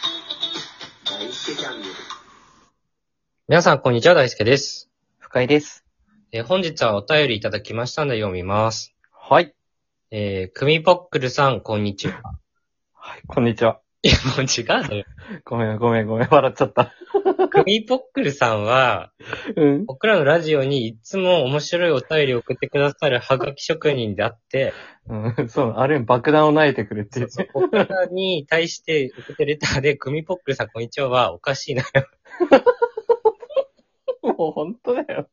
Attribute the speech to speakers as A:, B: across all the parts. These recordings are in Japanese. A: 大輔チャンネル。
B: 皆さん、こんにちは。大輔です。
C: 深井です。
B: えー本日はお便りいただきましたので読みます。
C: はい。
B: えー、クミポックルさん、こんにちは。
C: はい、こんにちは。
B: いや、もう違うのよ。
C: ごめん、ごめん、ごめん、笑っちゃった。
B: クミポックルさんは、
C: うん。
B: 僕らのラジオにいつも面白いお便りを送ってくださるハガキ職人であって、
C: うん、そう、あれ爆弾を投げてくれって。
B: 僕らに対して送ってるレターで、クミポックルさん、こんにちははおかしいな。
C: もう本当だよ。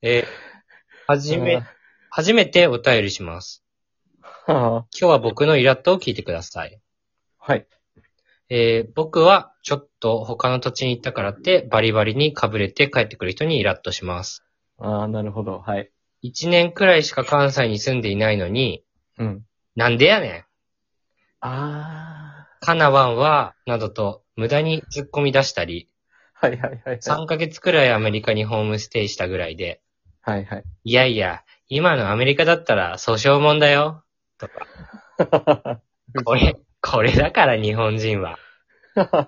B: えー、はじめ、初めてお便りします。
C: はあ
B: 今日は僕のイラッとを聞いてください。
C: はい。
B: えー僕はちょっと他の土地に行ったからってバリバリにかぶれて帰ってくる人にイラッとします。
C: ああ、なるほど。はい。
B: 一年くらいしか関西に住んでいないのに、
C: うん。
B: なんでやねん
C: あ
B: カナワンは、などと無駄に突っ込み出したり、
C: あ。はいはいはい。はい
B: 3ヶ月くらいアメリカにホームステイしたぐらいで、
C: はいはい。
B: いやいや、今のアメリカだったら訴訟もんだよ。とか、これ、これだから日本人は。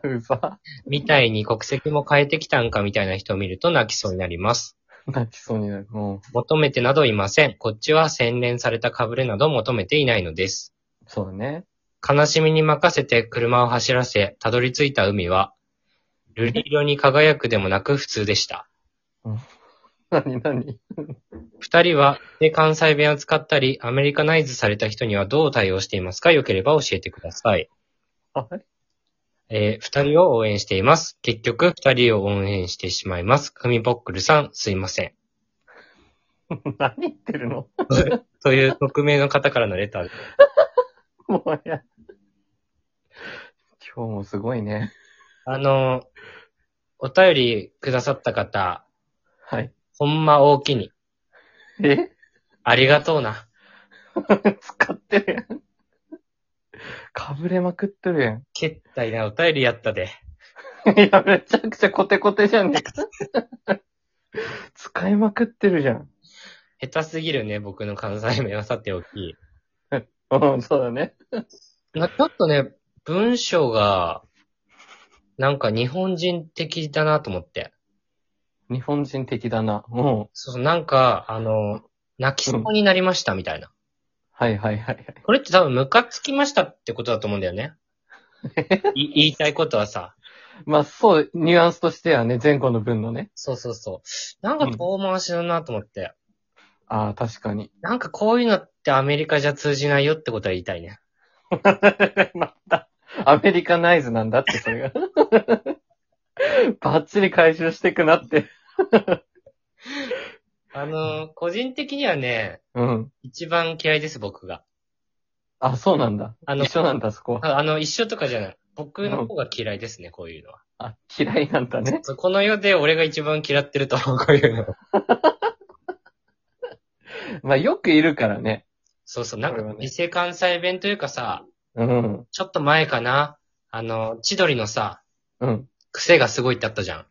C: うざ。
B: みたいに国籍も変えてきたんかみたいな人を見ると泣きそうになります。
C: 泣きそうになる。も
B: 求めてなどいません。こっちは洗練されたかぶれなど求めていないのです。
C: う、そうだね。
B: 悲しみに任せて車を走らせ、たどり着いた海は、瑠璃色に輝くでもなく普通でした。
C: なになに
B: 二人は、で関西弁を使ったり、アメリカナイズされた人にはどう対応していますかよければ教えてください。
C: はい。
B: えー二人を応援しています。結局、二人を応援してしまいます。クミポックルさん、すいません。
C: 何言ってるの
B: という匿名の方からのレターです。
C: もうや。今日もすごいね。
B: あの、お便りくださった方、
C: はい。
B: ほんま大きに、
C: え
B: ありがとうな。
C: 使ってるやん。かぶれまくってるやん。
B: けったいなお便りやったで。
C: いや、めちゃくちゃコテコテじゃねえか。使いまくってるじゃん。
B: 下手すぎるね、僕の関西弁はさておき。
C: うん、そうだね。
B: なちょっとね、文章が、なんか日本人的だなと思って。
C: 日本人的だな。も
B: そうそう、なんか、あの、泣きそうになりましたみたいな。
C: うん。はいはいはいはい。
B: これって多分ムカつきましたってことだと思うんだよね。い言いたいことはさ。
C: まあそう、ニュアンスとしてはね、前後の分のね。
B: そうそうそう。なんか遠回しだなと思って。
C: ああ、確かに。
B: なんかこういうのってアメリカじゃ通じないよってことは言いたいね。
C: また、アメリカナイズなんだって、それが。 バッチリ回収してくなって。
B: あのー個人的にはね、
C: うん。
B: 一番嫌いです、僕が。
C: あ、そうなんだ。
B: あの
C: 一緒なんだ、そこは。
B: ああの、一緒とかじゃない。僕の方が嫌いですね、こういうのは。
C: あ、嫌いなんだね。
B: そうこの世で俺が一番嫌ってると思う、こういうの。
C: まあよくいるからね。
B: そうそう、なん
C: これは
B: か、
C: ね
B: 偽関西弁というかさ、
C: うん。
B: ちょっと前かな、あの、千鳥のさ、
C: うん。
B: 癖がすごいってあったじゃん。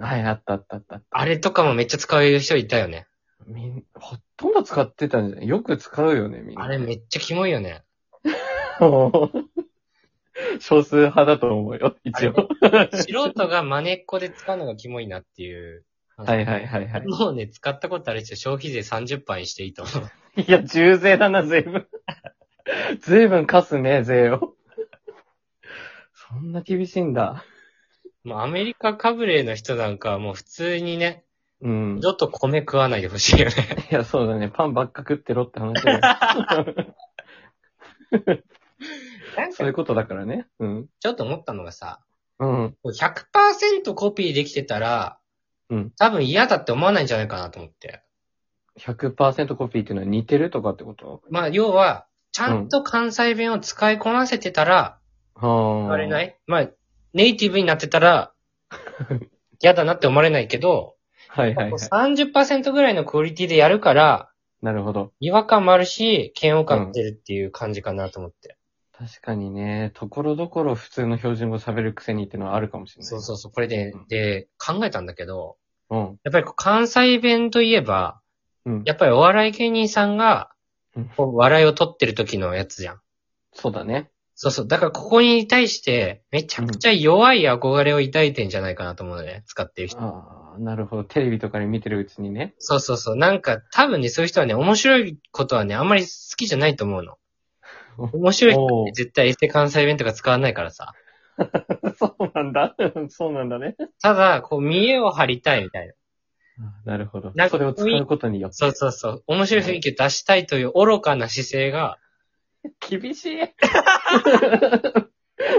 C: はい、あったあったあった。
B: あれとかもめっちゃ使う人いたよね。
C: みん、ほとんど使ってたんじゃないよく使うよね、みんな。
B: あれめっちゃキモいよね。
C: 少数派だと思うよ、一応。
B: 素人が真似っこで使うのがキモいなっていう。
C: はいはいはいはい。
B: もうね、使ったことある人、消費税30杯にしていいと思う。
C: いや、重税だな、随 分。随分貸すね、税を。そんな厳しいんだ。
B: もうアメリカかぶれの人なんかはもう普通にね、
C: うん。
B: ちょっと米食わないでほしいよね。
C: いや、そうだね。パンばっか食ってろって話だよ。
B: なん
C: そういう
B: か
C: ことだからね。うん。
B: ちょっと思ったのがさ、
C: うん。
B: 100%コピーできてたら、
C: うん
B: 多分嫌だって思わないんじゃないかなと思って。
C: 100%コピーっていうのは似てるとかってこと
B: まあ、要は、ちゃんと関西弁を使いこなせてたら、
C: は
B: 言
C: あ。
B: われないい、まあ、ネイティブになって たら、嫌だなって思われないけど、
C: はいはい
B: こ
C: は
B: う
C: い。
B: 30%ぐらいのクオリティでやるから、
C: なるほど。
B: 違和感もあるし、嫌悪感出るっていう感じかなと思って。
C: 確かにね、ところどころ普通の標準語喋るくせにっていうのはあるかもしれない。
B: そうそうそう。これで
C: うん、
B: で、考えたんだけど、
C: うん。
B: やっぱりこう関西弁といえば、
C: うん。
B: やっぱりお笑い芸人さんが
C: うん、
B: こう笑いを取ってる時のやつじゃん。
C: そうだね。
B: そうそう。だからここに対して、めちゃくちゃ弱い憧れを抱いてんじゃないかなと思うのね、使ってる人。
C: ああ、なるほど。テレビとかで見てるうちに ね。
B: そうそうそう。なんか、多分ね、そういう人はね、面白いことはね、あんまり好きじゃないと思うの。面白い人
C: お
B: って絶対エステ関西弁とか使わないからさ。
C: ー そうなんだ。 そうなんだね。
B: ただ、こう、見栄を張りたいみたいな。
C: あーなるほど
B: なんか。
C: それを使うことによって。
B: そうそうそう。面白い雰囲気を出したいという愚かな姿勢が、
C: 厳しい。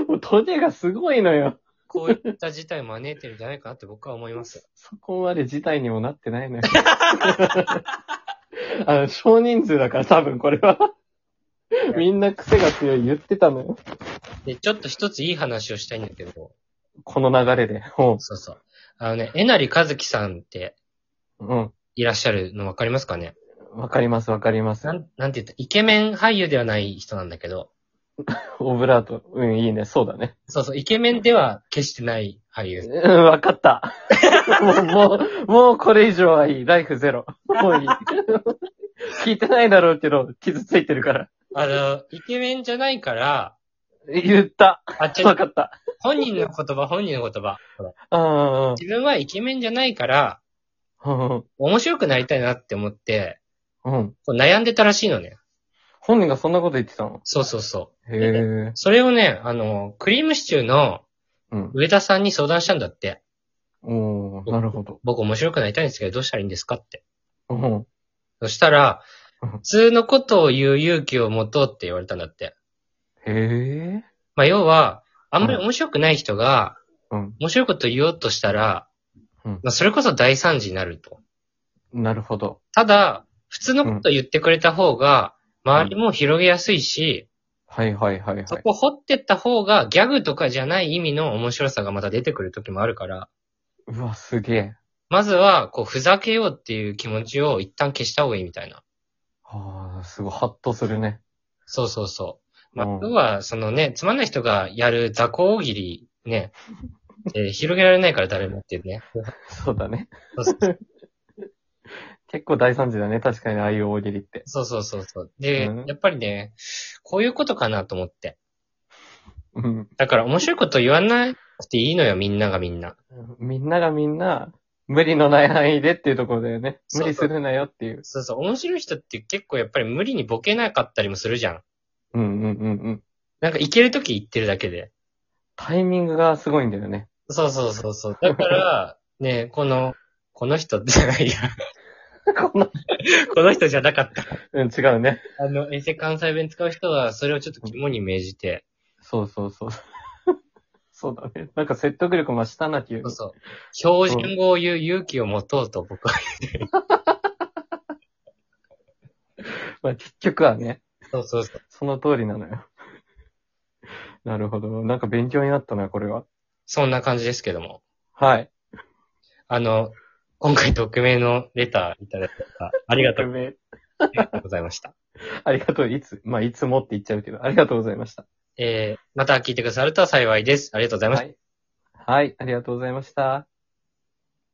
C: もうトゲがすごいのよ。
B: こういった事態を招いてるんじゃないかなって僕は思います。
C: そこまで事態にもなってない のよ。あの、少人数だから多分これは。みんな癖が強い言ってたのよ。
B: で、ちょっと一ついい話をしたいんだけど、
C: この流れで。うん
B: そうそう。あのね、えなりかずきさんって
C: うん。
B: いらっしゃるのわかりますかね
C: わかります、わかります
B: な。ん、なんて言ったイケメン俳優ではない人なんだけど、
C: オブラート。うん、いいね。そうだね。
B: そうそう、イケメンでは決してない俳優。
C: うん、わかった。 もう、もう、もうこれ以上はいい。ライフゼロ。もういい。聞いてないだろうけど、傷ついてるから。
B: あの、イケメンじゃないから、
C: 言った。
B: あ、ちょ
C: わ、かった。
B: 本人の言葉、本人の言葉。ほら
C: うん
B: 自分はイケメンじゃないから、
C: うん
B: 面白くなりたいなって思って、
C: うん。うん。
B: こう悩んでたらしいのね。
C: 本人がそんなこと言ってたの
B: そうそうそ
C: へえ
B: う。。それをね、あの、クリームシチューの
C: うん。
B: 上田さんに相談したんだって。
C: おー、なるほど。
B: 僕面白くなりたいんですけど、どうしたらいいんですかって。
C: うん。
B: そしたら、
C: うん
B: 普通のことを言う勇気を持とうって言われたんだって。
C: へえ。
B: まあ、要は、あんまり面白くない人が、
C: うん。
B: 面白いこと言おうとしたら、
C: うん
B: まあ、それこそ大惨事になると。
C: なるほど。
B: ただ、普通のこと言ってくれた方が、周りも広げやすいし、
C: はいはいはいはい
B: そ。こ掘ってった方が、ギャグとかじゃない意味の面白さがまた出てくる時もあるから、
C: うわ、すげえ。
B: まずは、こう、ふざけようっていう気持ちを一旦消した方がいいみたいな。
C: あー、すごい、ハッとするね。
B: そうそうそう。まあ
C: うん、
B: 要は、そのね、つまんない人がやる雑魚大喜利、 ね、えー広げられないから誰もっていうね。
C: そうだね。
B: そうそう
C: 結構大惨事だね。確かに、ああいう大喜利って。
B: そうそうそうそう。で、
C: うん
B: やっぱりね、こういうことかなと思って。
C: うん。
B: だから面白いこと言わなくていいのよ、みんながみんな。
C: みんながみんな、無理のない範囲でっていうところだよね。
B: そ
C: 無
B: うそう
C: 理するなよっていう。
B: そうそう、面白い人って結構やっぱり無理にボケなかったりもするじゃん。
C: うんうんうんうん。
B: なんかいけるとき言ってるだけで。
C: タイミングがすごいんだよね。
B: そうそうそうそう。だから、ね、この、この人じゃないや。
C: こんな、
B: この人じゃなかった。
C: うん、違うね。
B: あの、衛星関西弁使う人は、それをちょっと肝に銘じて。
C: そうそうそう。 そうだね。なんか説得力増したなき
B: そうそう。標準語を言う勇気を持とうと僕は。
C: まあ結局はね、
B: そうそうそう。
C: その通りなのよ。 なるほど。なんか勉強になったな、これは。
B: そんな感じですけども。
C: はい。
B: あの、今回匿名のレターいただいた。ありがとう
C: ごめん
B: ございました。
C: ありがとう。いつ、まあ、いつもって言っちゃうけど、ありがとうございました。
B: えーまた聞いてくださると幸いです。ありがとうございました。
C: はい。はい、ありがとうございました。